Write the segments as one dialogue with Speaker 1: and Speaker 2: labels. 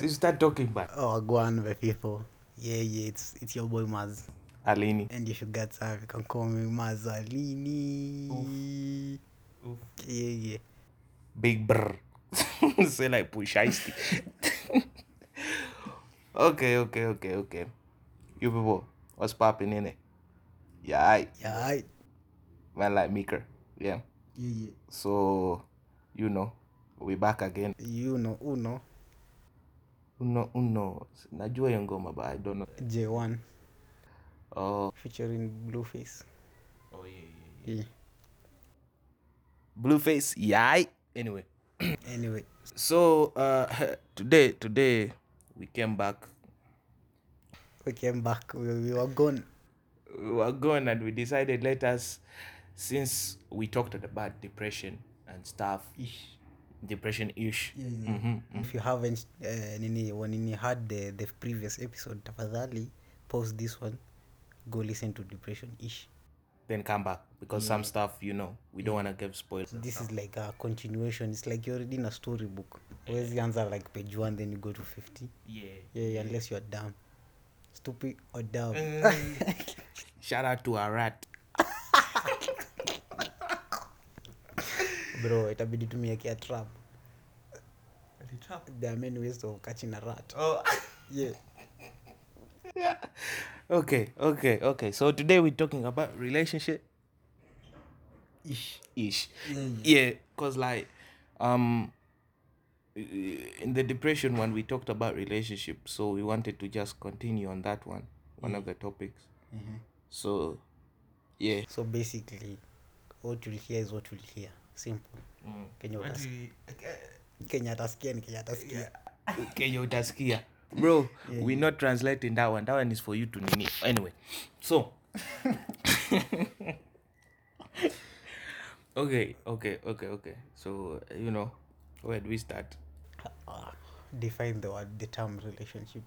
Speaker 1: You start talking back.
Speaker 2: Oh, Guan, the people. Yeah, yeah, it's it's your boy Maz.
Speaker 1: Alini.
Speaker 2: And if you got time, you can call me Mazalini.
Speaker 1: Oof.
Speaker 2: Yeah, yeah.
Speaker 1: Big brr. Say like push ice. okay, okay, okay, okay. You people, what's popping in it? Yeah, I
Speaker 2: Yeah, I.
Speaker 1: man like Meeker. Yeah.
Speaker 2: Yeah, yeah.
Speaker 1: So you know, we back again.
Speaker 2: You know, Uno,
Speaker 1: Uno uno. Najua hiyo ngoma but I don't know.
Speaker 2: J1,
Speaker 1: Oh,
Speaker 2: featuring Blueface.
Speaker 1: oh yeah, yeah.
Speaker 2: Yeah.
Speaker 1: Blueface, yeah. I- Anyway.
Speaker 2: Anyway,
Speaker 1: So uh today today we came back
Speaker 2: we came back. We, we were gone.
Speaker 1: we were gone and we decided let us since we talked about depression and stuff
Speaker 2: Ish.
Speaker 1: depression ish Mm-hmm.
Speaker 2: Yeah, yeah. If you haven't uh, nini wanini heard the, the previous episode, tafadhali pause this one. Go listen to Depression Ish.
Speaker 1: then come back because some stuff you know we don't want to give spoilers
Speaker 2: This is like a continuation. It's like you're reading a storybook. Where's the answer like page one, then you go to 50.
Speaker 1: yeah
Speaker 2: Yeah, yeah, unless you're dumb. Stupid or dumb.
Speaker 1: shout out to arat
Speaker 2: Bro, itabidi tumiekea trap. There are many ways of catching a rat.
Speaker 1: oh
Speaker 2: Yeah.
Speaker 1: okay okay okay so today we're talking about relationship
Speaker 2: Ish.
Speaker 1: ish
Speaker 2: Yeah,
Speaker 1: yeah because like um in the depression one we talked about relationship so we wanted to just continue on that one one of the topics so yeah
Speaker 2: So basically, what you'll hear is what you'll hear. Simple. Kenya utas- Kenya atasikia ni Kenya atasikia.
Speaker 1: kenya utaskia bro we're not translating that one that one is for you to nini anyway so okay okay okay okay so you know where do we start
Speaker 2: Ah, define the word, the term relationship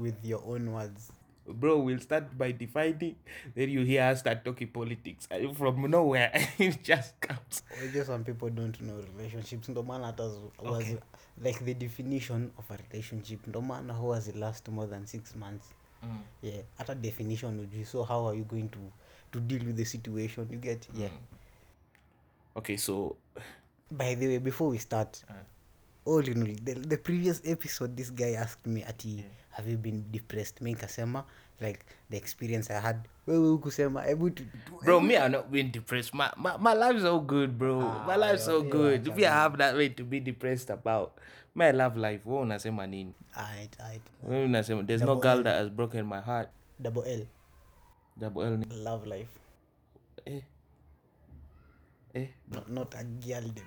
Speaker 2: with your own words.
Speaker 1: bro we'll start by dividing then you hear us start talking politics Uh, from nowhere it just comes
Speaker 2: Or just some people don't know relationships. Ndo maana hata zu- huwazi- like the definition of a relationship. Ndo maana huwa zi last more than six months. yeah hata definition ujui so how are you going to to deal with the situation you get yeah
Speaker 1: okay so
Speaker 2: by the way before we start all you know the, the previous episode this guy asked me ati have you been depressed mi nikasema like the experience i had wewe hukusema hebu tu- tu-
Speaker 1: bro me i'm not being depressed my my, my life's all good bro my life's all good if you have that way to be depressed about my love life what unasema nini
Speaker 2: Aight, aight.
Speaker 1: Wewe unasema there's no girl that has broken my heart
Speaker 2: double l
Speaker 1: double l ni-
Speaker 2: love life
Speaker 1: eh eh
Speaker 2: no, not a girl dem.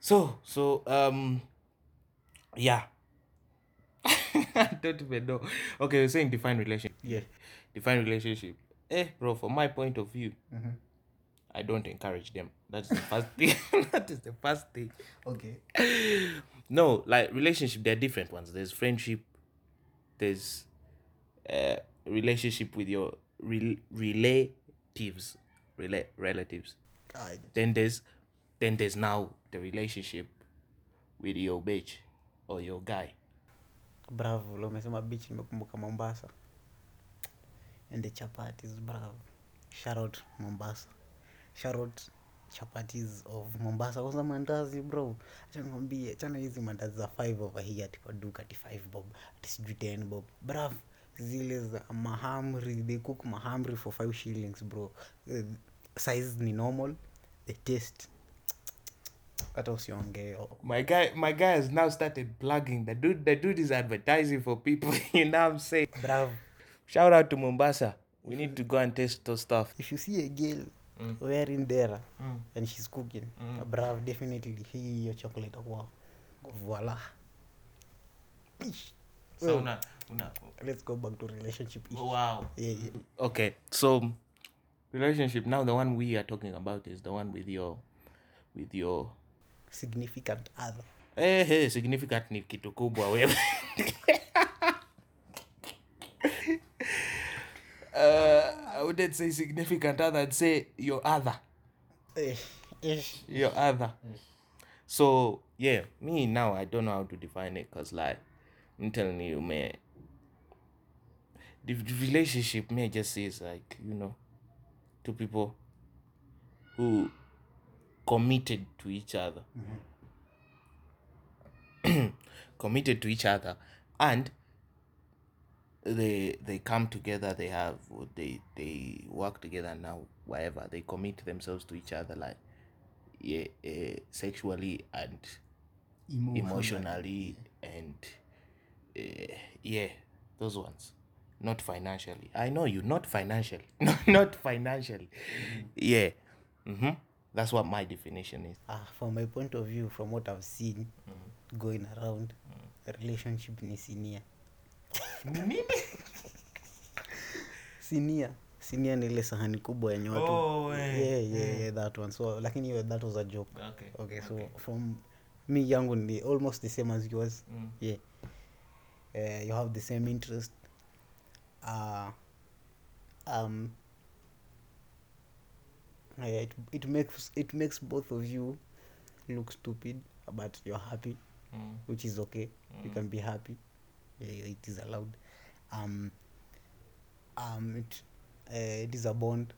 Speaker 1: So, so, um, yeah. I don't even know. Okay, you're saying define relationship.
Speaker 2: Yeah.
Speaker 1: Define relationship. Eh, bro, from my point of view, I don't encourage them. That's the first thing. that is the first thing.
Speaker 2: okay
Speaker 1: No, like relationship, there are different ones. There's friendship, there's uh relationship with your rel relatives. Rela- relatives
Speaker 2: Aight.
Speaker 1: then there's then there's now the relationship with your bitch or your guy
Speaker 2: bravo lo umesema beach nimekumbuka mombasa and the chapatis bravo sharot mombasa sharot chapatis of mombasa kwanza mandazi bro achanikwambie chana hizi mandazi za 5 over here ati kwa duka ati 5 bob ati sijui 10 bob bravo zile za mahamri they cook mahamri for 5 shillings bro Eh, size ni normal the taste hata usiongee
Speaker 1: my guy my guy has now started plugging the dude the dude is advertising for people you know what i'm saying
Speaker 2: bravo
Speaker 1: shout out to mombasa we need to go and taste those stuff
Speaker 2: if you see a girl wearing dera and she's cooking brav definitely hii hiyo chocolate kwa voila Ish. let's go back to relationship Ish.
Speaker 1: wow
Speaker 2: yeah, yeah.
Speaker 1: okay so relationship now the one we are talking about is the one with your with your
Speaker 2: significant other
Speaker 1: Eh, hey, significant ni kitu kubwa wewe. uh, I wouldn't say significant other, I'd say your other.
Speaker 2: Eh, eh.
Speaker 1: your other so yeah me now i don't know how to define it because like i'm telling you man the the relationship may just is like you know two people who committed to each other committed to each other and they they come together they have they they work together now whatever they commit themselves to each other like yeah, uh, sexually and emotionally and uh, yeah those ones not financially i know you not financially not financially yeah mm-hmm. that's what my definition is
Speaker 2: Ah, from my point of view from what i've seen going around relationship ni sinia sinia sinia ni ile sahani kubwa yenye watu
Speaker 1: Oh, eh,
Speaker 2: yeah, yeah, yeah, that one so lakini hiyo that was a joke
Speaker 1: Okay,
Speaker 2: okay so from me yangu ni almost the same as yours
Speaker 1: Mm.
Speaker 2: yeah uh, you have the same interest uh, um, yeah, it, it makes it makes both of you look stupid but you're happy
Speaker 1: Mm.
Speaker 2: which is okay you can be happy yeah, it is allowed um, um, it, uh, it is a bond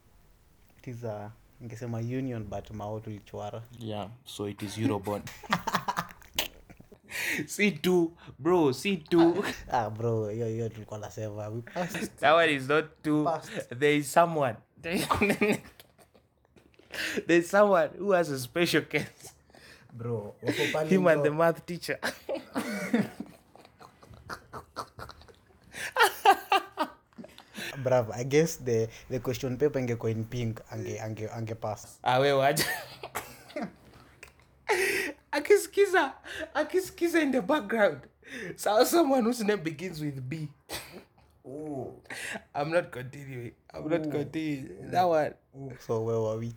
Speaker 2: it is a ngesema union but mao tulichwara
Speaker 1: yeah so it is eurobond c2 bro c2
Speaker 2: ah bro hiyo hiyo tulikuwa nasema we passed
Speaker 1: that one is not two
Speaker 2: Past.
Speaker 1: there is someone there's someone who has a special case
Speaker 2: bro wako pale
Speaker 1: him and the
Speaker 2: ndo-
Speaker 1: math teacher
Speaker 2: bravo i guess the the question paper ingekuwa in pink ange ange ange pass
Speaker 1: awe waja akisikiza akisikiza in the background so someone whose name begins with b i'm not continuing i'm not continuing that one
Speaker 2: so where were we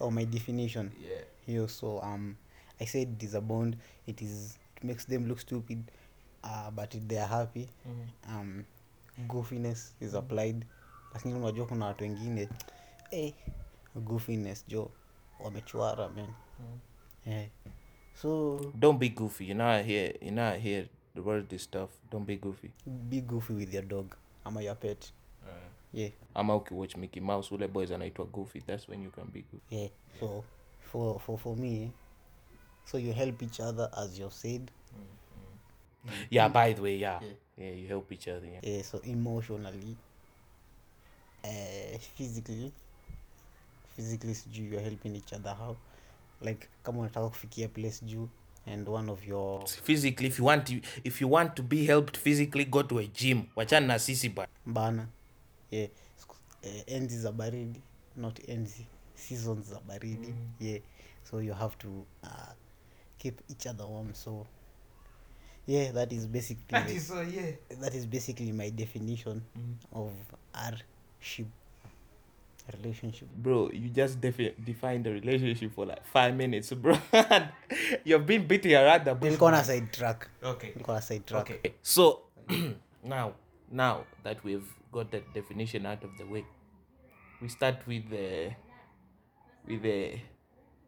Speaker 2: oh my definition
Speaker 1: yeah
Speaker 2: here so um i said it is a bond it is it makes them look stupid uh, but they are happy um goofiness is applied lakini unajua kuna watu wengine eh, goofiness jo wamechwara man eh. so
Speaker 1: don't be goofy you're not here you're not here the world is tough don't be goofy
Speaker 2: be goofy with your dog ama your pet yeah
Speaker 1: ama ukiwatch mickey mouse ule boys anaitwa goofy that's when you can be goofy
Speaker 2: yeah so for for for me eh, so you help each other as you've said
Speaker 1: yeah by the way yeah yeah, you help each other yeah.
Speaker 2: eh, so emotionally eh, physically physically sijuu you're helping each other how like kama unataka kufikia place juu and one of your
Speaker 1: physically if you want to, if you want to be helped physically go to a gym wachana na sisi ba
Speaker 2: bana yeah. siku- eh, enzi za baridi not enzi seasons za baridi yeah so you have to uh, keep each other warm so yeah that is basically that is, uh, Mm. that is basically my definition of our ship relationship
Speaker 1: bro you just defi- defined the relationship for like five minutes bro you've been beating around the bush
Speaker 2: nilikuwa na side track
Speaker 1: okay
Speaker 2: nilikuwa na side track
Speaker 1: okay so now now that we've got that definition out of the way we start with the with the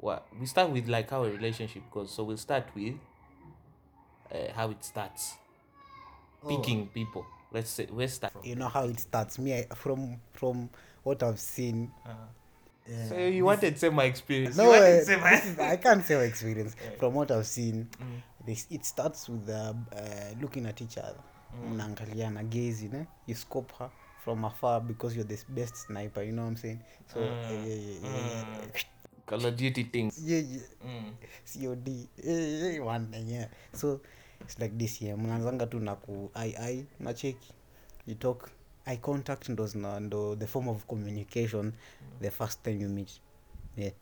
Speaker 1: what we start with like how a relationship goes so we'll start with uh, how it starts picking people let's say let's start
Speaker 2: you know how it starts me I, from from what i've seen
Speaker 1: so you wanted to say my experience
Speaker 2: No,
Speaker 1: You wanted
Speaker 2: uh,
Speaker 1: to say my-
Speaker 2: this is, I can't say my experience. From what I've seen,
Speaker 1: Mm.
Speaker 2: this, it starts with uh, uh, looking at each other.
Speaker 1: Mm.
Speaker 2: Mnaangaliana, gazing. Eh? You scope her from afar because you're the s- best sniper. You know what I'm saying?
Speaker 1: Mm.
Speaker 2: So uh, yeah, yeah, yeah,
Speaker 1: call of duty things
Speaker 2: yeah, yeah, yeah. COD. Eh, eh, eh, one, eh, yeah. So it's like this yeah. Mnaanzanga tu na ku ai ai na cheki. You talk eye contact ndo zina- ndo the form of communication the first time you meet. Yeah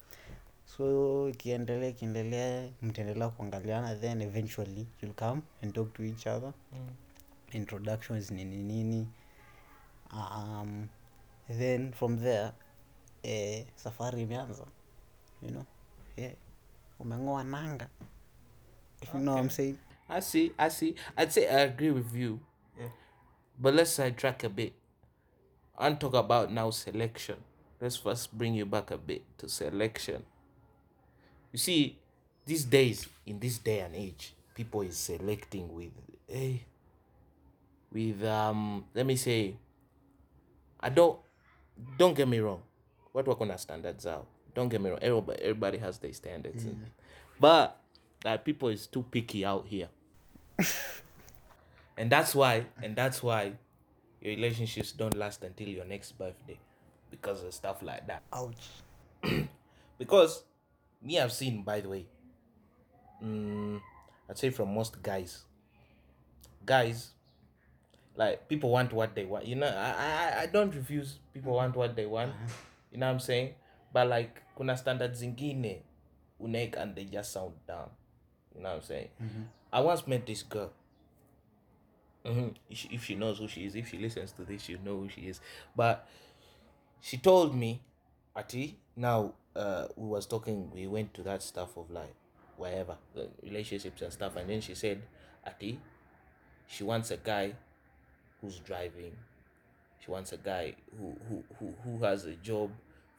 Speaker 2: so ikiendelea ikiendelea mtaendelea kuangaliana then eventually you'll come and talk to each other introductions nini nini um, then from there eh, safari imeanza you know yeah. umengoa nanga if you know what I'm saying
Speaker 1: i see i see i'd say i agree with you yeah. but let's sidetrack a bit and talk about now selection let's first bring you back a bit to selection. You see, these days, in this day and age, people is selecting with eh, with um let me say I don't don't get me wrong. What we're gonna standards out. Don't get me wrong. Everybody everybody has their standards. and- But that people is too picky out here. and that's why and that's why your relationships don't last until your next birthday. Because of stuff like that.
Speaker 2: Ouch.
Speaker 1: Because me I've seen by the way, mm, I'd say from most guys. Guys like people want what they want. You know, I I- I, I don't refuse people want what they want. You know what I'm saying? But like kuna standards zingine unaik and they just sound down. You know what I'm saying? I once met this girl. Mhm. If she- If she knows who she is, if she listens to this, she'll know who she is. But she told me, Ati, now uh, we was talking, we went to that stuff of like wherever, like relationships and stuff. And then she said, Ati, she wants a guy who's driving. She wants a guy who who who, who has a job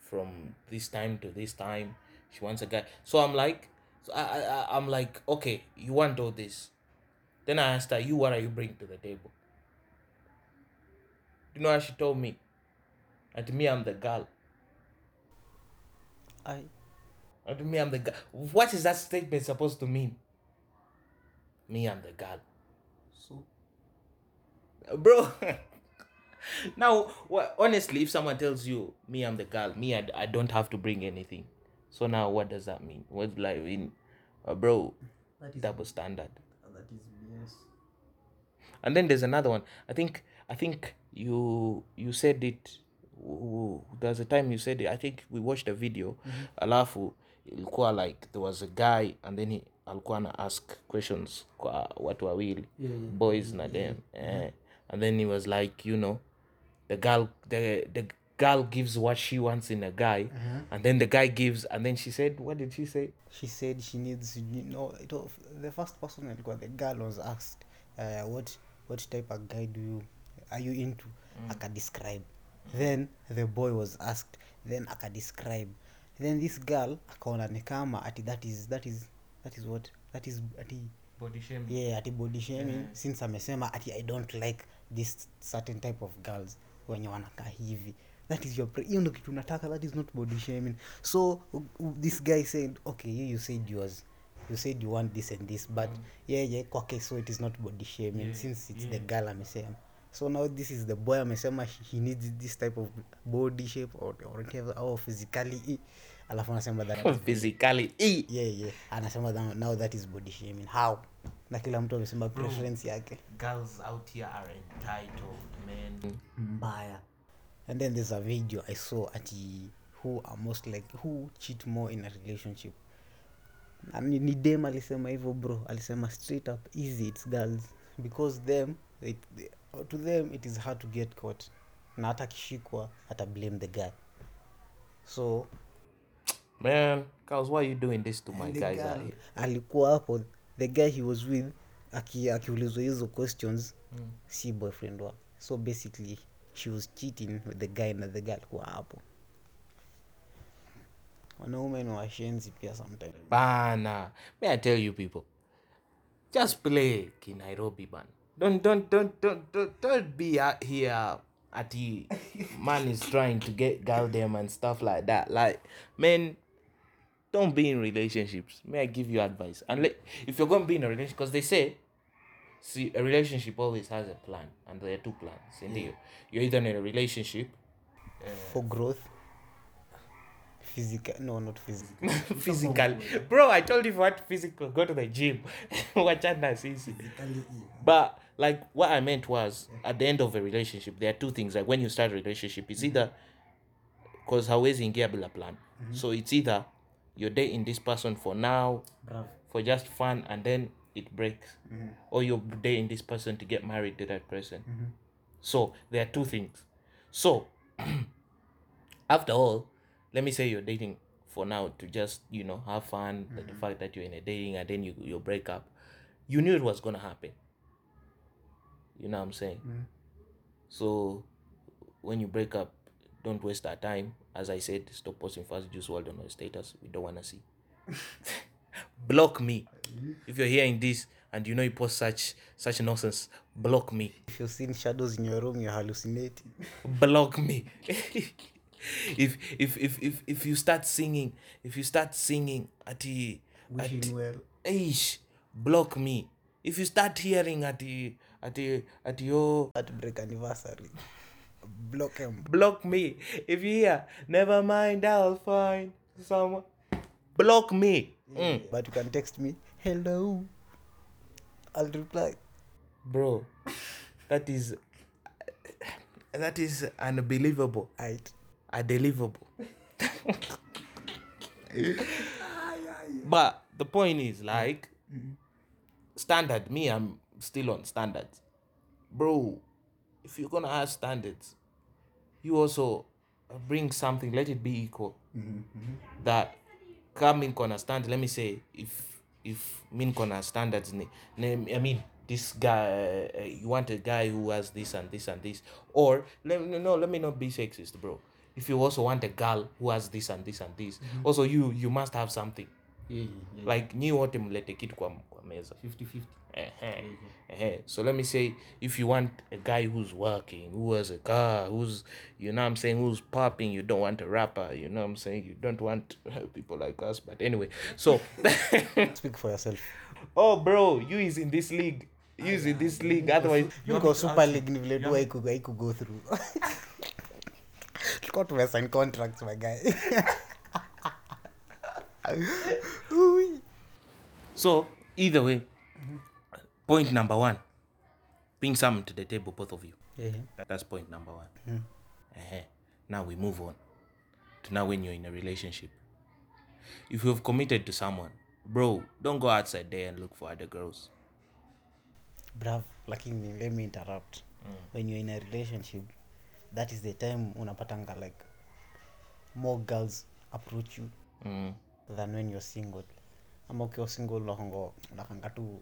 Speaker 1: from this time to this time. She wants a guy. So I'm like, so I, I I- I'm like, okay, you want all this. Then I asked her, you what are you bringing to the table? You know how she told me. And to me, I'm the girl.
Speaker 2: I
Speaker 1: And to me, I'm the girl. What is that statement supposed to mean? Me, I'm the girl.
Speaker 2: so
Speaker 1: bro now wha- honestly if someone tells you me i'm the girl me I, I don't have to bring anything so now what does that mean what's like in uh, bro
Speaker 2: that is
Speaker 1: double standard
Speaker 2: that is BS.
Speaker 1: and then there's another one i think i think you you said it w- w- there's a time you said it i think we watched a video alafu ilikuwa like there was a guy and then he alikuwa ana ask questions kwa watu wawili
Speaker 2: Yeah, yeah.
Speaker 1: boys na them eh. and then he was like you know the girl the the girl gives what she wants in a guy and then the guy gives and then she said what did she say
Speaker 2: She said she needs you know it was, the first person that got the girl was asked uh, what what type of guy do you are you into? I can describe. Then the boy was asked, then I can describe. Then this girl akaona ni kama ati that is that is that is what that is ati
Speaker 1: body shaming
Speaker 2: yeah ati body shaming since amesema ati i don't like this certain type of girls wenye wanakaa hivi that is your pre- hiyo ndo kitu nataka that is not body shaming so u- u- this guy said okay you, you said yours you said you want this and this but yeah yeah kwake so it is not body shaming since it's the girl amesema so now this is the boy amesema he- he needs this type of body shape or, or whatever or physically alafu anasema that
Speaker 1: physically Eh.
Speaker 2: yeah, yeah. anasema tha- now that is body shaming how na kila mtu amesema preference yake
Speaker 1: girls out here are entitled men
Speaker 2: mbaya and then there's a video i saw ati who are most like who cheat more in a relationship Na ni, ni dem alisema hivyo bro alisema straight up easy its girls because them it, they, to them it is hard to get caught na hata akishikwa ata blame the guy so
Speaker 1: man girls why are you doing this to my guys out here
Speaker 2: alikuwa hapo the guy he was with aki- akiulizwa hizo questions si boyfriend wa so basically she was cheating with the guy na the guy alikuwa hapo wanaume ni washenzi pia sometime
Speaker 1: bana may i tell you people just play in nairobi ban don't don't don't don't don't, don't be out here at the man is trying to get girl them and stuff like that like men don't be in relationships may i give you advice and if you're going to be in a relationship because they say see a relationship always has a plan and there are two plans indeed you're either in a relationship
Speaker 2: for growth physical no not physical
Speaker 1: physical bro i told you what physical go to the gym wachana sisi but like what i meant was at the end of a relationship there are two things like when you start a relationship it's either because hawezi ingia bila plan so it's either you're dating this person for now
Speaker 2: Bravo.
Speaker 1: for just fun and then it breaks or you're dating this person to get married to that person so there are two things so after all let me say you're dating for now to just you know have fun but the fact that you're in a dating and then you you break up you knew it was gonna happen you know what i'm saying so when you break up don't waste our time As I said, stop posting fast juice world on my status. We don't wanna see. block me. If you're hearing this and you know you post such such nonsense, block me.
Speaker 2: if you've seen shadows in your room you're hallucinating
Speaker 1: block me if, if if if if you start singing if you start singing at the
Speaker 2: wishing well
Speaker 1: ish block me if you start hearing at the at the at your
Speaker 2: heartbreak anniversary block him
Speaker 1: block me if you hear never mind i'll find someone block me Mm.
Speaker 2: but you can text me hello i'll reply
Speaker 1: bro that is that is unbelievable
Speaker 2: right
Speaker 1: unbelievable but the point is like standard me i'm still on standards bro if you're gonna have standards you also bring something let it be equal that coming corner standard let me say if if min corner standards ni- name i mean this guy uh, you want a guy who has this and this and this or let me no let me not be sexist bro if you also want a girl who has this and this and this also you you must have something like nyi wote mlete kitu kwa, kwa meza Eh, Ehe, ehe. eh. so let me say if you want a guy who's working who has a car who's you know what i'm saying who's popping you don't want a rapper you know what i'm saying you don't want people like us but anyway so
Speaker 2: speak for yourself
Speaker 1: oh bro you is in this league you is in this league otherwise
Speaker 2: you go super league ni vile tu haiku- haiku go through tulikuwa tumesign contracts my guy Ui.
Speaker 1: so either way point number one bring some to the table both of you That- That's point number one. Ehe. Now we move on to now when you're in a relationship. If you've committed to someone, bro, don't go outside there and look for other girls.
Speaker 2: brav lakini let me interrupt when you're in a relationship that is the time unapatanga like more girls approach you
Speaker 1: Mm.
Speaker 2: than when you're single ama ukiwa single unakongo unakanga tu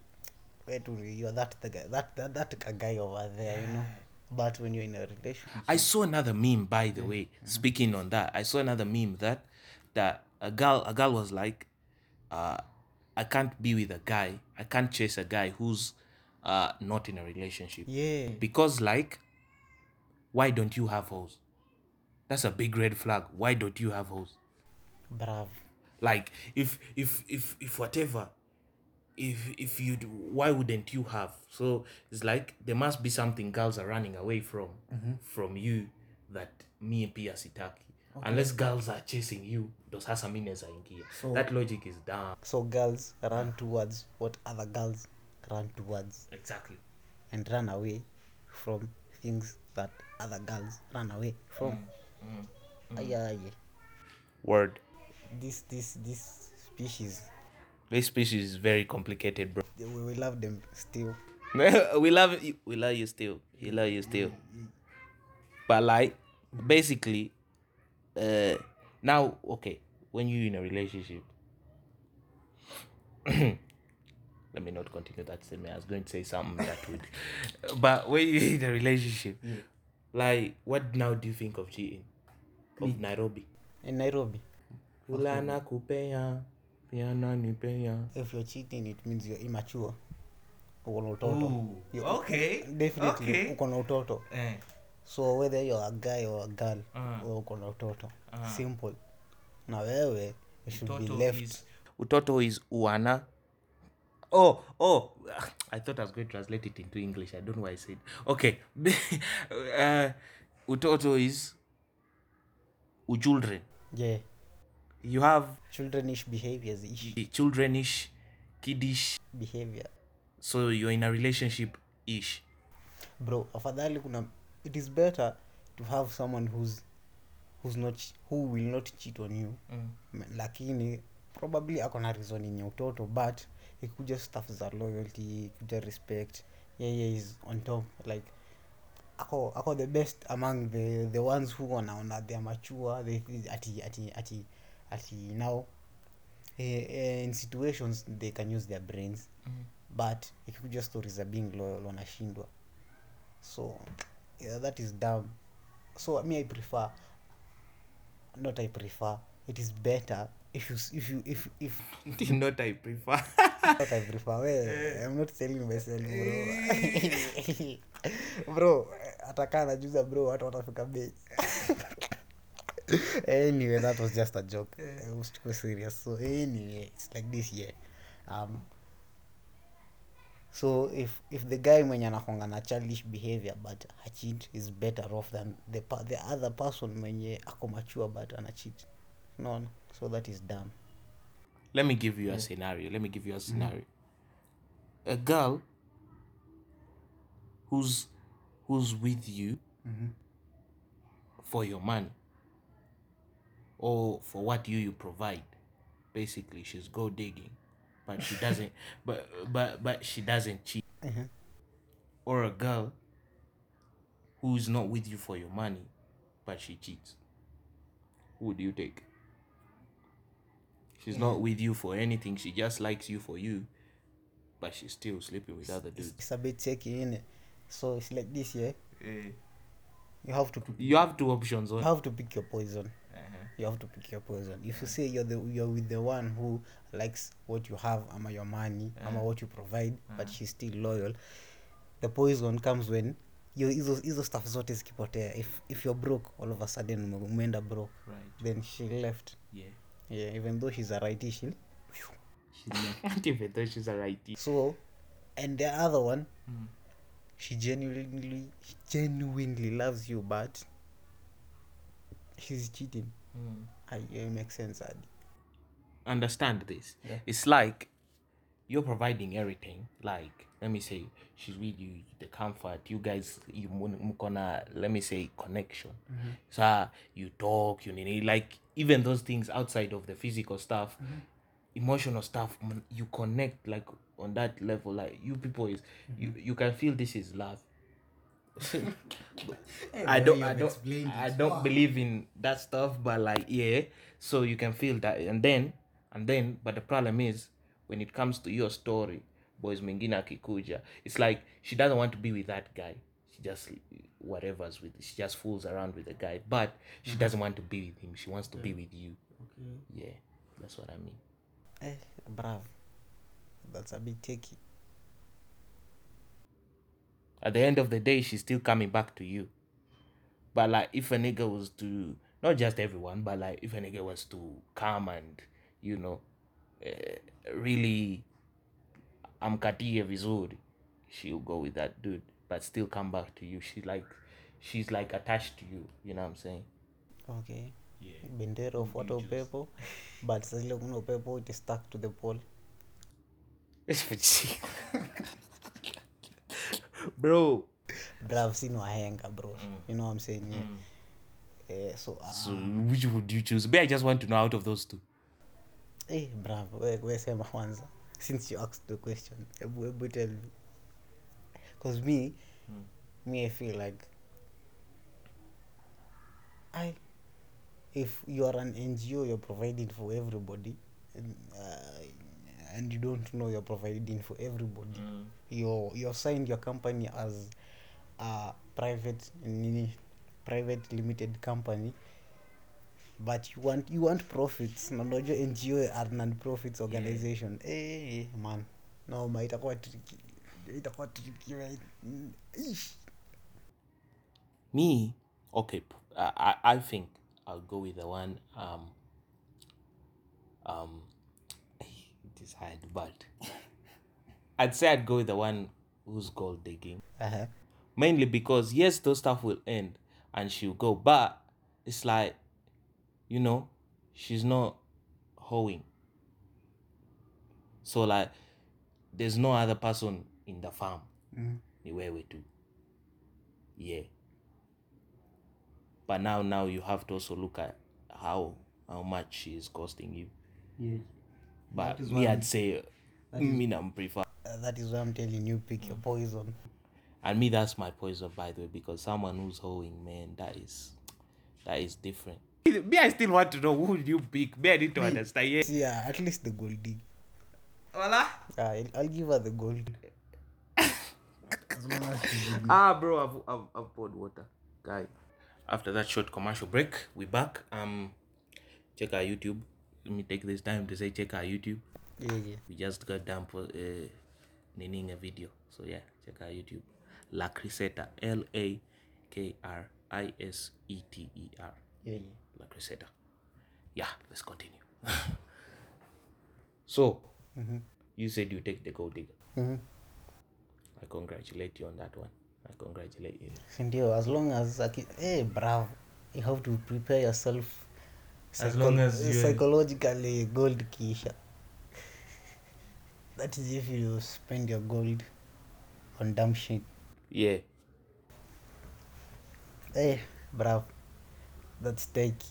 Speaker 2: we tu you're that, the guy, that, that, that ka guy over there you know but when you're in a relationship
Speaker 1: I saw another meme, by the way. Speaking on that, I saw another meme that that a girl a girl was like, uh, I can't be with a guy. I can't chase a guy who's uh not in a relationship.
Speaker 2: yeah
Speaker 1: because like why don't you have hoes that's a big red flag why don't you have hoes
Speaker 2: brav
Speaker 1: like if if if if whatever if if you do, why wouldn't you have so it's like there must be something girls are running away from from you that me and pia sitaki unless girls are chasing you those hasa mine zaingia that logic is down
Speaker 2: so girls run towards what other girls run towards
Speaker 1: exactly
Speaker 2: and run away from things that other girls run away from Aye, aye.
Speaker 1: word
Speaker 2: this this this species
Speaker 1: this species is very complicated bro
Speaker 2: we, we love them still
Speaker 1: we love you. We love you still. We love you still. But like, basically, uh, now okay, when you in a relationship, let me not continue that statement. I was going to say something that would, but when you in a relationship, like, what now do you think of cheating? Of Nairobi.
Speaker 2: in nairobi
Speaker 1: Ulana kupenya, piana nipenya.
Speaker 2: if you're cheating it means you're immature uko na utoto Yeah.
Speaker 1: Okay.
Speaker 2: definitely
Speaker 1: Okay.
Speaker 2: uko na utoto
Speaker 1: Eh.
Speaker 2: so whether you're a guy or a girl wewe uko na utoto simple na wewe you should be left
Speaker 1: utoto is uana oh oh i thought i was going to translate it into english i don't know why i said okay uh, utoto is uchildren
Speaker 2: yeah
Speaker 1: you have
Speaker 2: childrenish behaviors ish
Speaker 1: the childrenish kiddish
Speaker 2: behavior
Speaker 1: so you're in a relationship ish
Speaker 2: bro afadhali kuna it is better to have someone who's who's not who will not cheat on you mm. lakini probably ako na reason yenye utoto but ikuja stuff za loyalty ikuja respect yeye is on top like ako ako the best among the the ones who wanaona they are mature they, ati ati ati ati now eh, eh, in situations they can use their brains mm. but ikikuja stories za being loyal wanashindwa so yeah, that is dumb so me i prefer not i prefer it is better if you s- if you if if
Speaker 1: not i prefer
Speaker 2: not i prefer we i'm not selling myself bro bro atakaa najuza bro watu watafika bei anyway that was just a joke Eh, yeah. usichukue serious so anyway it's like this yeah um so if if the guy mwenye anakonga na childish behavior but hachit is better off than the, pa- the other person mwenye ako mature but anachit unaona so that is done
Speaker 1: let me give you a scenario let me give you a scenario a girl who's who's with you for your money or for what you you provide basically she's gold digging but she doesn't but but but she doesn't cheat or a girl who's not with you for your money but she cheats who would you take She's not with you for anything. She just likes you for you, but she's still sleeping with other dudes.
Speaker 2: it's a bit tricky in so it's like this yeah you have to
Speaker 1: You have two options.
Speaker 2: you
Speaker 1: On.
Speaker 2: have to pick your poison you have to pick your poison if you say you're the you're with the one who likes what you have ama your money ama what you provide but she's still loyal the poison comes when you hizo hizo stuff zote zikipotea if if you're broke all of a sudden ume- umeenda broke
Speaker 1: Right.
Speaker 2: then she left
Speaker 1: Yeah.
Speaker 2: yeah even though she's a righty she'll
Speaker 1: Not even though she's a righty.
Speaker 2: so and the other one she genuinely she genuinely loves you but she's cheating I, it makes sense Adi.
Speaker 1: Understand this. It's like you're providing everything. Like let me say, she's with you, the comfort. You guys, you gonna let me say connection. So ah, you talk. You need like even those things outside of the physical stuff. emotional stuff mm, you connect like on that level like you people is you you can feel this is love i don't i don't i don't believe in that stuff but like yeah so you can feel that and then and then but the problem is when it comes to your story boys mengine akikuja it's like she doesn't want to be with that guy she just whatever's with she just fools around with the guy but she doesn't want to be with him she wants to be with you yeah that's what i mean
Speaker 2: Eh, bravo. That's a bit tricky.
Speaker 1: at the end of the day she's still coming back to you but like if a nigga was to not just everyone but like if a nigga was to come and you know uh, really amkatie vizuri she'll go with that dude but still come back to you she like she's like attached to you you know what i'm saying
Speaker 2: Okay. Bendera ufuata upepo but saa zile kuna upepo it is stuck to the pole
Speaker 1: bro
Speaker 2: brav sino wahenga bro you know what I'm saying yeah. eh, so uh,
Speaker 1: so which would you choose but i just want to know out of those two
Speaker 2: eh, brav we, we sema kwanza since you asked the question hebu hebu tell me cause me me I feel like I if you are an NGO you're providing for everybody and, uh, and you don't know you're providing for everybody you you signed your company as a private nini private limited company but you want you want profits na unajua NGO are non-profits organization eh man no ma itakuwa tricky itakuwa tricky right? Mm, ish.
Speaker 1: me okay p- I, I I think i'll go with the one um um it is hard but i'd say i'd go with the one who's gold digging
Speaker 2: Uh-huh.
Speaker 1: mainly because yes those stuff will end and she'll go but it's like you know she's not hoeing so like there's no other person in the farm ni wewe tu yeah but now now you have to also look at how how much she is costing you but me i'd say me i'm prefer
Speaker 2: Uh, that is why I'm telling you pick your poison.
Speaker 1: And me, that's my poison, by the way, because someone who's hoeing, man, that is, that is different. Me, I still want to know who you pick. Me, I need to understand. Yeah.
Speaker 2: See, yeah, at least the gold dig.
Speaker 1: Voila.
Speaker 2: Uh, I'll, I'll give her the gold.
Speaker 1: Ah, bro, I've, I've, I've poured water, guy. After that short commercial break, we back. Um, check our YouTube. Let me take this time to say check our YouTube.
Speaker 2: yeah, yeah.
Speaker 1: We just got done for uh, nining a video. So yeah, check our YouTube. La Criseta. L A K R I S E T E R.
Speaker 2: yeah, yeah.
Speaker 1: La Criseta. Yeah, let's continue. so, you said you take the gold digger.
Speaker 2: Mhm.
Speaker 1: I congratulate you on that one. I congratulate you.
Speaker 2: sindio as long as aki hey, bravo you have to prepare yourself
Speaker 1: As long as you-
Speaker 2: psychologically gold kiisha that is if you spend your gold on dumb shit
Speaker 1: Yeah.
Speaker 2: hey, bravo that stake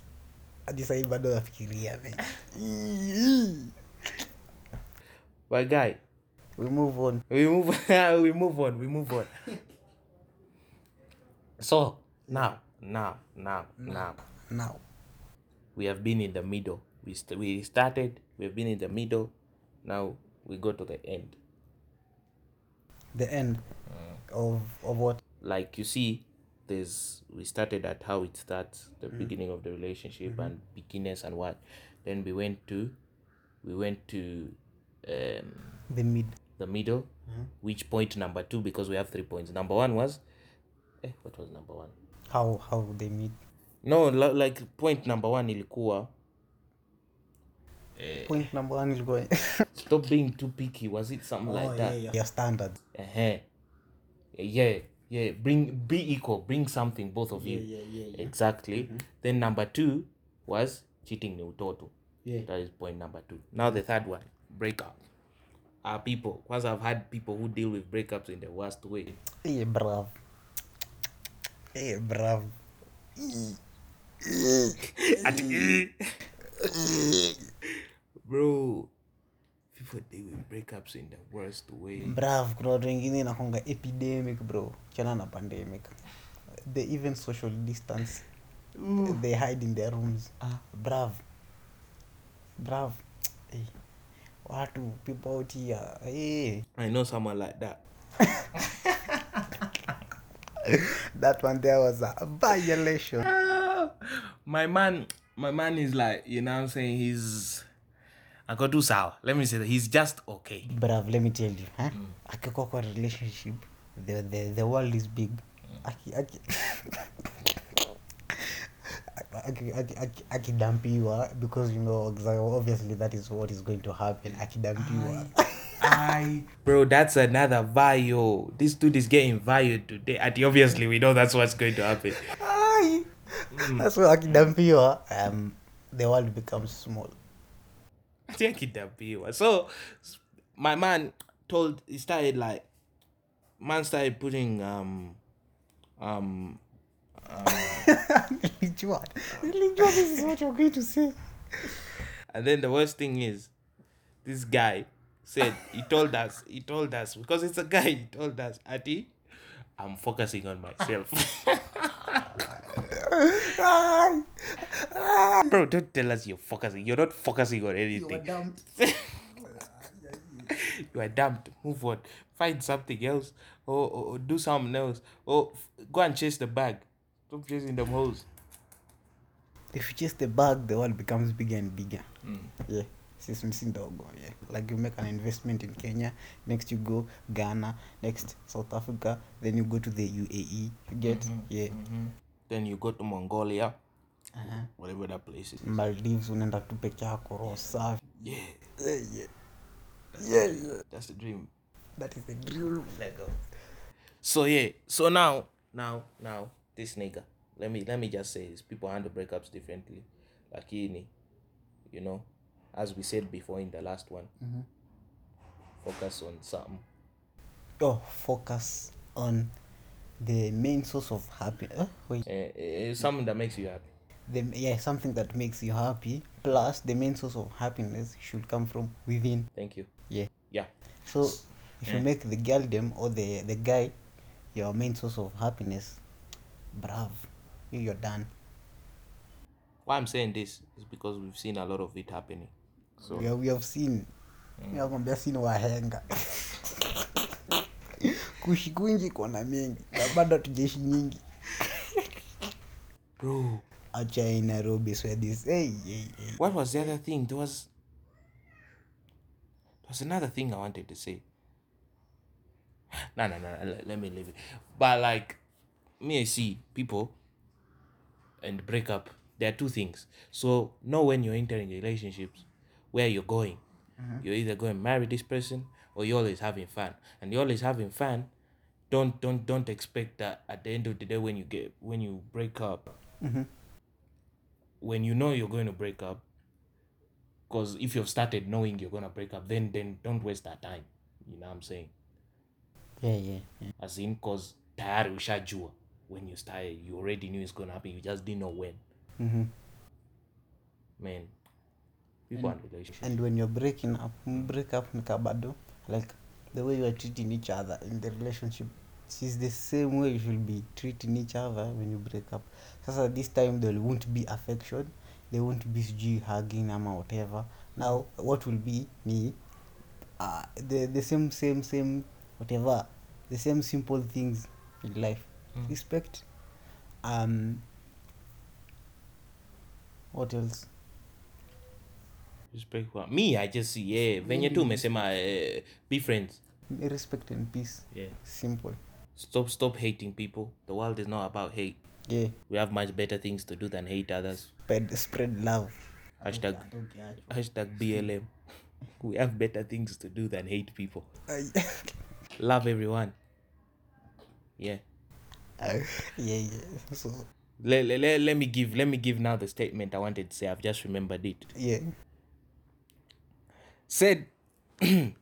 Speaker 2: hadi sahii bado nafikiria man.
Speaker 1: But guy,
Speaker 2: we move on
Speaker 1: we move we move on, we move on. so now, now, now, now.
Speaker 2: now
Speaker 1: We have been in the middle. We st- we started, we've been in the middle. Now we go to the end.
Speaker 2: the end
Speaker 1: Mm.
Speaker 2: of, of what
Speaker 1: Like you see, there's we started at how it starts, the
Speaker 2: Mm.
Speaker 1: beginning of the relationship
Speaker 2: Mm-hmm.
Speaker 1: and beginners and what. Then we went to we went to um
Speaker 2: the mid
Speaker 1: the middle,
Speaker 2: Mm-hmm.
Speaker 1: which point number two because we have three points. Number one was, eh, what was number one?
Speaker 2: how how they meet
Speaker 1: No, lo- like point number one ilikuwa. Eh,
Speaker 2: point number one ilikuwa
Speaker 1: stop being too picky. Was it something like
Speaker 2: Oh,
Speaker 1: that?
Speaker 2: yeah, yeah. your standards
Speaker 1: Uh-huh. Yeah, yeah. Bring be equal. Bring something, both of you.
Speaker 2: yeah, yeah,
Speaker 1: Exactly. Then number two was cheating ni utoto.
Speaker 2: Yeah.
Speaker 1: That is point number two. Now the third one, breakup. Our people, because I've had people who deal with breakups in the worst way.
Speaker 2: Hey, Eh, bravo. Hey, bravo.
Speaker 1: At E. Bro, people they will break ups in the worst way.
Speaker 2: Bravo, kuna watu wengine inakonga epidemic bro. Chana na pandemic. They even social distance. They hide in their rooms. Ah, bravo. Bravo. Hey. Watu people out here. Eh. Hey.
Speaker 1: I know someone like that.
Speaker 2: That one there was a violation.
Speaker 1: My man, my man is like, you know what I'm saying? He's. I got too sour. Let me say that. He's just okay.
Speaker 2: Brav, let me tell you, huh? Akikuwa kwa relationship, the, the, the world is big. Aki, aki. Aki- aki- aki- akidampiwa because you know exa- obviously that is what is going to happen akidampiwa
Speaker 1: I. Bro, that's another vio. This dude is getting vio today. And obviously, we know that's what's going to happen.
Speaker 2: Ai. That's why akidampiwa um, the world becomes small
Speaker 1: Take it up, you. So, s- my man told he started like, man started putting um, um,
Speaker 2: nilijua nilijua this is what you're going to say
Speaker 1: and then the worst thing is, this guy said he told us he told us because it's a guy he told us Ati, I'm focusing on myself,
Speaker 2: Ai.
Speaker 1: bro. Don't tell us you're focusing. You're not focusing on anything. you are dumped. Move on. Find something else. Or, or, or do something else. Or f- go and chase the bag. Stop chasing them hoes.
Speaker 2: if you chase the bag the world becomes bigger and bigger yeah since msi ndogo yeah like you make an investment in kenya next you go ghana next south africa then you go to the uae you get yeah
Speaker 1: Then you go to Mongolia,
Speaker 2: uh-huh.
Speaker 1: whatever that place is.
Speaker 2: maldives unaenda tu peke yako roho safi
Speaker 1: Yeah,
Speaker 2: yeah, yeah. Yeah, yeah.
Speaker 1: that's the dream.
Speaker 2: that is the dream lego
Speaker 1: So yeah, so now, now, now, this nigga. Let me let me just say this. People handle breakups differently. Lakini, you know, as we said before in the last one,
Speaker 2: Mm-hmm.
Speaker 1: focus on something.
Speaker 2: oh focus on the main source of happy eh? wait
Speaker 1: Eh, eh, eh, something that makes you happy.
Speaker 2: the, yeah something that makes you happy plus the main source of happiness should come from within
Speaker 1: Thank you.
Speaker 2: yeah
Speaker 1: Yeah.
Speaker 2: so if you make the girl them or the the guy your main source of happiness brav you- you're done
Speaker 1: Why I'm saying this is because we've seen a lot of it happening. So
Speaker 2: we, have, we have seen we have ambia seen wahenga kushi kwingi kona mingi na bado hatujaishi nyingi
Speaker 1: bro,
Speaker 2: Acha in Nairobi, so this. Hey, hey, hey.
Speaker 1: What was the other thing? There was there was another thing I wanted to say. No, no, no. no, Let, let me leave it. But like, me, I see people and break up. There are two things. So know when you're entering relationships, where you're going. You're either going to marry this person or you're always having fun. And you're always having fun. Don't don't don't expect that at the end of the day when you get when you break up, when you know you're going to break up, because if you've started knowing you're gonna break up, then then don't waste that time. You know what I'm saying?
Speaker 2: Yeah, yeah, yeah.
Speaker 1: As in, cause tayari ushajua when you start, you already knew it's gonna happen. You just didn't know when.
Speaker 2: Mm-hmm.
Speaker 1: Man, people and, relationships.
Speaker 2: And when you're breaking up, break up nikabado, like the way you are treating each other in the relationship is the same way you should be treating each other when you break up. Sasa this time there won't be affection, there won't be sijui hugging ama whatever. Now what will be ni uh, the the same same same whatever, the same simple things in life.
Speaker 1: Mm.
Speaker 2: Respect. Um. What else?
Speaker 1: Respect kwa me, I just see yeah. Venye tu umesema eh, be friends.
Speaker 2: Respect and peace.
Speaker 1: Yeah.
Speaker 2: Simple.
Speaker 1: Stop stop hating people. The world is not about hate.
Speaker 2: Yeah.
Speaker 1: We have much better things to do than hate others.
Speaker 2: Spread spread love.
Speaker 1: Hashtag hashtag BLM. We have better things to do than hate people.
Speaker 2: Ay.
Speaker 1: Love everyone. Yeah.
Speaker 2: yeah, yeah. So
Speaker 1: Let, let, let, let me give let me give now the statement I wanted to say. I've just remembered it.
Speaker 2: yeah,
Speaker 1: Said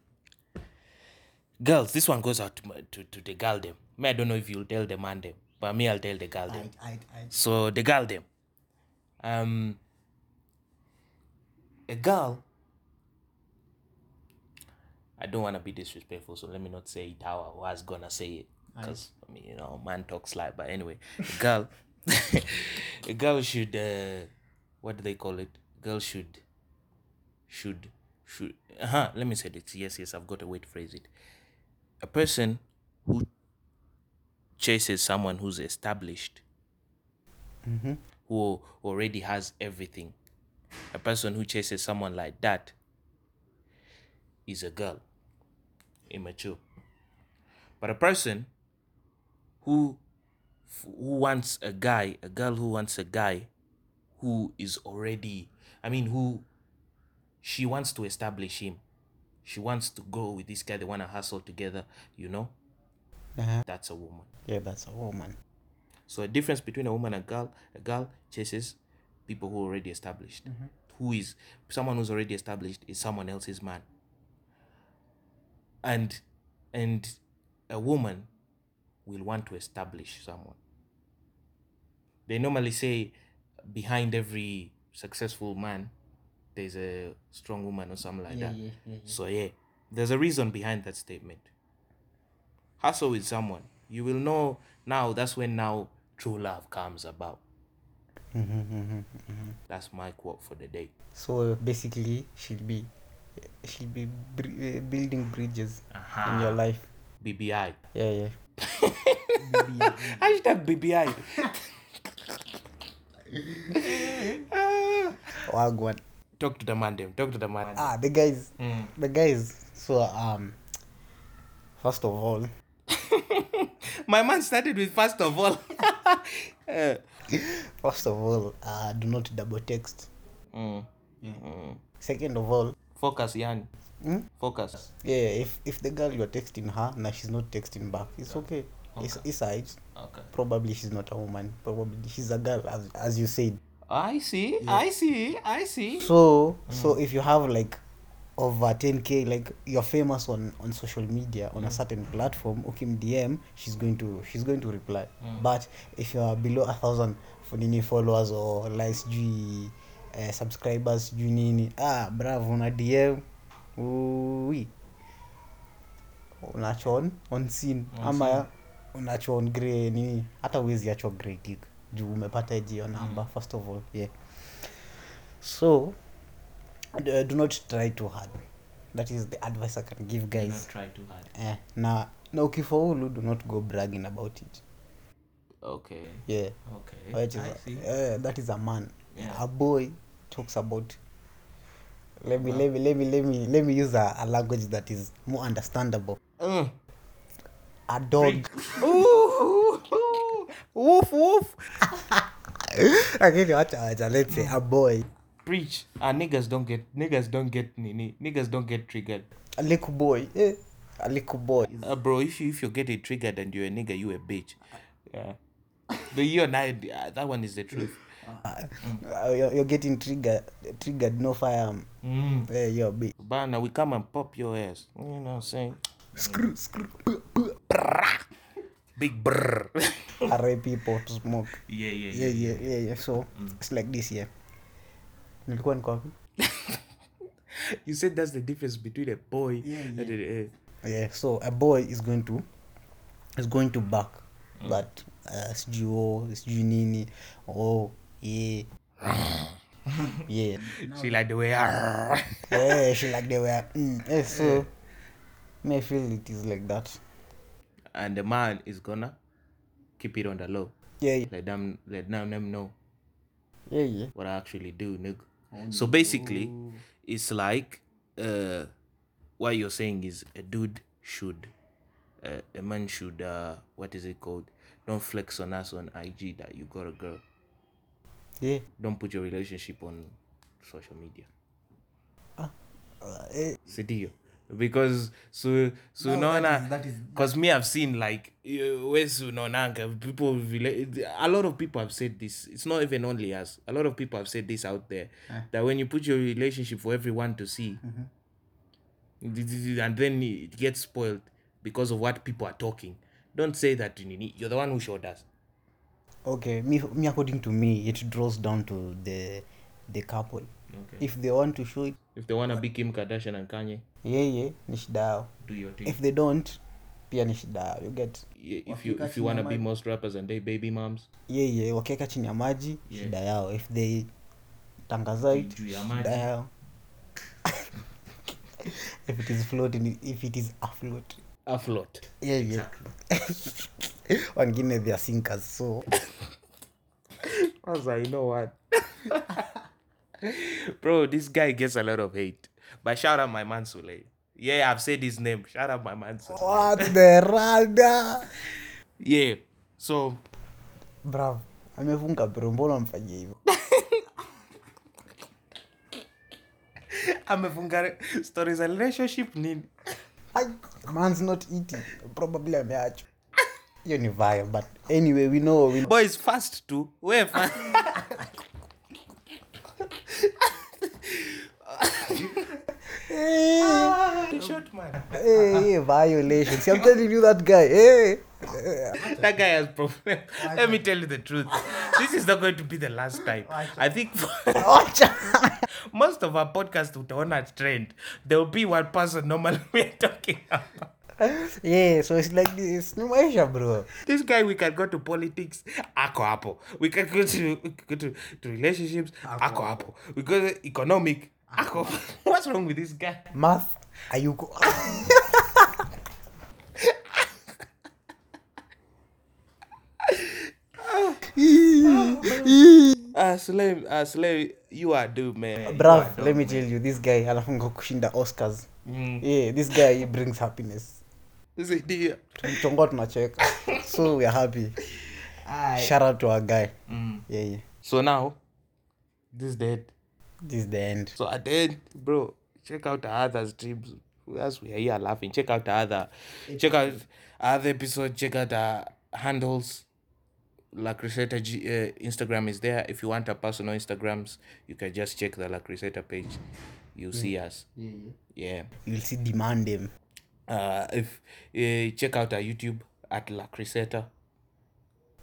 Speaker 1: girls, this one goes out to, my- to, to the girl them. Me, I don't know if you'll tell the man them, but me I'll tell the girl them.
Speaker 2: I, I,
Speaker 1: So the girl them. Um a girl I don't wanna be disrespectful, so let me not say it how I was gonna say it. Because I mean, you know, man talks like but anyway, a girl a girl should uh what do they call it? Girl should should should uh-huh, let me say this. Yes, yes, I've got a way to phrase it. A person who chases someone who's established who already has everything. A person who chases someone like that is a girl, immature. But a person who who wants a guy, a girl who wants a guy who is already, I mean, who she wants to establish him. She wants to go with this guy. They want to hustle together, you know?
Speaker 2: uh
Speaker 1: That's a woman.
Speaker 2: yeah. That's a woman.
Speaker 1: So a difference between a woman and a girl, a girl chases people who are already established. Who is someone who's already established is someone else's man. And and a woman will want to establish someone. They normally say behind every successful man there's a strong woman or something like that. So yeah, there's a reason behind that statement. Hustle with someone, you will know now. That's when now true love comes about. That's my quote for the day.
Speaker 2: So basically, she'll be, she'll be br- uh, building bridges in your life.
Speaker 1: BBI.
Speaker 2: Yeah, yeah.
Speaker 1: Hashtag BBI.
Speaker 2: Wagwan.
Speaker 1: Talk to the man, them. Talk to the man.
Speaker 2: Ah, the guys,
Speaker 1: Mm.
Speaker 2: the guys. So um, first of all,
Speaker 1: My man started with first of all. Uh,
Speaker 2: first of all, uh, do not double text.
Speaker 1: mm,
Speaker 2: Second of all,
Speaker 1: Focus, Yan.
Speaker 2: Hmm?
Speaker 1: Focus.
Speaker 2: yeah, if if the girl you're texting her and she's not texting back, it's okay. It's it's alright.
Speaker 1: Okay.
Speaker 2: Probably she's not a woman. Probably she's a girl, as as you said.
Speaker 1: I see. I see. I see.
Speaker 2: so so if you have like over 10k like you're famous on on social media on a certain platform okay dm she's going to she's going to reply but if you are below a thousand for nini followers or likes g uh, subscribers you nini ah bravo una dm Ooh-wee. unachon on scene ama unachon grey nini hata uwezi achwa grey tick juu umepata ji yo namba first of all yeah so d- uh, do not try too hard that is the advice i can give guys
Speaker 1: try too hard.
Speaker 2: eh, na na ukifaulu do not go bragging about it
Speaker 1: Okay.
Speaker 2: yeah
Speaker 1: Okay.
Speaker 2: which is
Speaker 1: I
Speaker 2: a,
Speaker 1: see.
Speaker 2: eh, that is a man
Speaker 1: Yeah.
Speaker 2: a boy talks about let me let me let me let me let me use a, a language that is more understandable
Speaker 1: Mm.
Speaker 2: a dog
Speaker 1: Ooh, ooh, woof woof.
Speaker 2: lakini wacha wacha let's say a boy
Speaker 1: Preach. Ah, niggas don't get niggas don't get nini. Niggas don't get triggered.
Speaker 2: a little boy eh, a little boy
Speaker 1: Uh, bro, if you if you're getting triggered and you're a nigga, you a bitch. Yeah. The year nine. Uh, that one is the truth.
Speaker 2: Uh, you're, you're getting triggered triggered no fire um,
Speaker 1: Mm.
Speaker 2: eh, you're a bitch
Speaker 1: Bana, we come and pop your ass. You know what I'm saying?
Speaker 2: screw screw puh, puh.
Speaker 1: Big brr.
Speaker 2: array people to smoke
Speaker 1: yeah, yeah,
Speaker 2: yeah yeah Mm. yeah yeah so it's like this yeah nilikuwa niko wapi
Speaker 1: You said that's the difference between a boy and a.
Speaker 2: yeah so a boy is going to is going to back that uh, sijui o sijui nini oh yeah yeah
Speaker 1: She like the way.
Speaker 2: yeah she like they were mm. yeah, so me I feel it is like that
Speaker 1: and the man is gonna keep it on the low.
Speaker 2: yeah yeah
Speaker 1: Let them let them them know
Speaker 2: yeah, yeah.
Speaker 1: what I actually do, nigga. so basically, it's like uh, what you're saying is a dude should, uh, a man should, uh, what is it called? Don't flex on us on IG that you got a girl.
Speaker 2: yeah.
Speaker 1: Don't put your relationship on social media.
Speaker 2: Uh, eh,
Speaker 1: Sidio. Because so so no, because me I've seen like uh, where Sunonanga people rela- a lot of people have said this. It's not even only us. A lot of people have said this out there that when you put your relationship for everyone to see, d- d- d- and then it gets spoiled because of what people are talking. Don't say that Nini. You're the one who showed us.
Speaker 2: okay me, me according to me it draws down to the the couple
Speaker 1: Okay.
Speaker 2: if they want to show it
Speaker 1: If they wanna be Kim Kardashian and Kanye,
Speaker 2: yeah yeah ni shida yao
Speaker 1: do your thing.
Speaker 2: if they don't pia ni shida yao you get
Speaker 1: Yeah, If you if you wanna be most rappers and they baby moms,
Speaker 2: yeah yeah wakiweka chini ya maji
Speaker 1: Yeah.
Speaker 2: shida yao if they tangaza it
Speaker 1: Juu ya
Speaker 2: shida
Speaker 1: maji.
Speaker 2: yao if it is floating if it is afloat
Speaker 1: afloat.
Speaker 2: yeah yeah wengine they are sinkers so
Speaker 1: I was like, you know what? Bro, this guy gets a lot of hate. But shout out my man Sule. Yeah, I've said his name. Shout out my man Sule.
Speaker 2: what the rada
Speaker 1: Yeah. So
Speaker 2: brav amefunga pero mbona mfanyia hivyo
Speaker 1: amefunga stories and relationship nini
Speaker 2: Ai, man's not eating probably ameachwa hiyo ni vaya but anyway we know we
Speaker 1: boys fast too we fast short man
Speaker 2: Hey, hey, violations. I'm telling you that guy. Hey.
Speaker 1: that guy has problem let me tell you the truth this is not going to be the last time i think
Speaker 2: Acha.
Speaker 1: most of our podcast utaona trend there will be one person normally we're talking about
Speaker 2: yeah, so it's like this. Ni maisha bro.
Speaker 1: this guy we can go to politics ako hapo we can go to, we can go to, to relationships ako hapo we go to economic ako what's wrong with this guy
Speaker 2: Math ayuko.
Speaker 1: uh slave uh slave you are dude man
Speaker 2: Bruv, let me tell you this guy anafunga kushinda Oscars. Yeah, this guy he brings happiness.
Speaker 1: This idea.
Speaker 2: Tulichongoa tunacheka. So we are happy. Shout out to our guy. Yeah, yeah.
Speaker 1: so now this is dead
Speaker 2: This is the end.
Speaker 1: so at the end bro check out our other streams as we are here laughing check out our other check out our other episode check out our handles La Cresceta G, uh, Instagram is there. If you want our personal Instagrams, you can just check the La Cresceta page. You'll see us. Yeah.
Speaker 2: You'll see demand him.
Speaker 1: Uh, if uh, check out our YouTube at La Cresceta.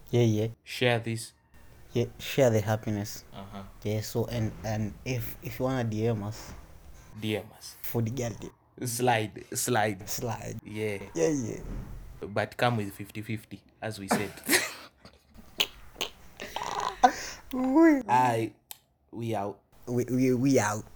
Speaker 2: Yeah, yeah.
Speaker 1: Share this.
Speaker 2: Yeah, share the happiness.
Speaker 1: Uh-huh.
Speaker 2: Yeah, so and and if if you wanna DM us
Speaker 1: DM us.
Speaker 2: for the girl dip,
Speaker 1: Slide, slide.
Speaker 2: slide.
Speaker 1: Yeah.
Speaker 2: Yeah, yeah.
Speaker 1: But come with 50 50, as we said.
Speaker 2: We
Speaker 1: I, we out.
Speaker 2: we we out.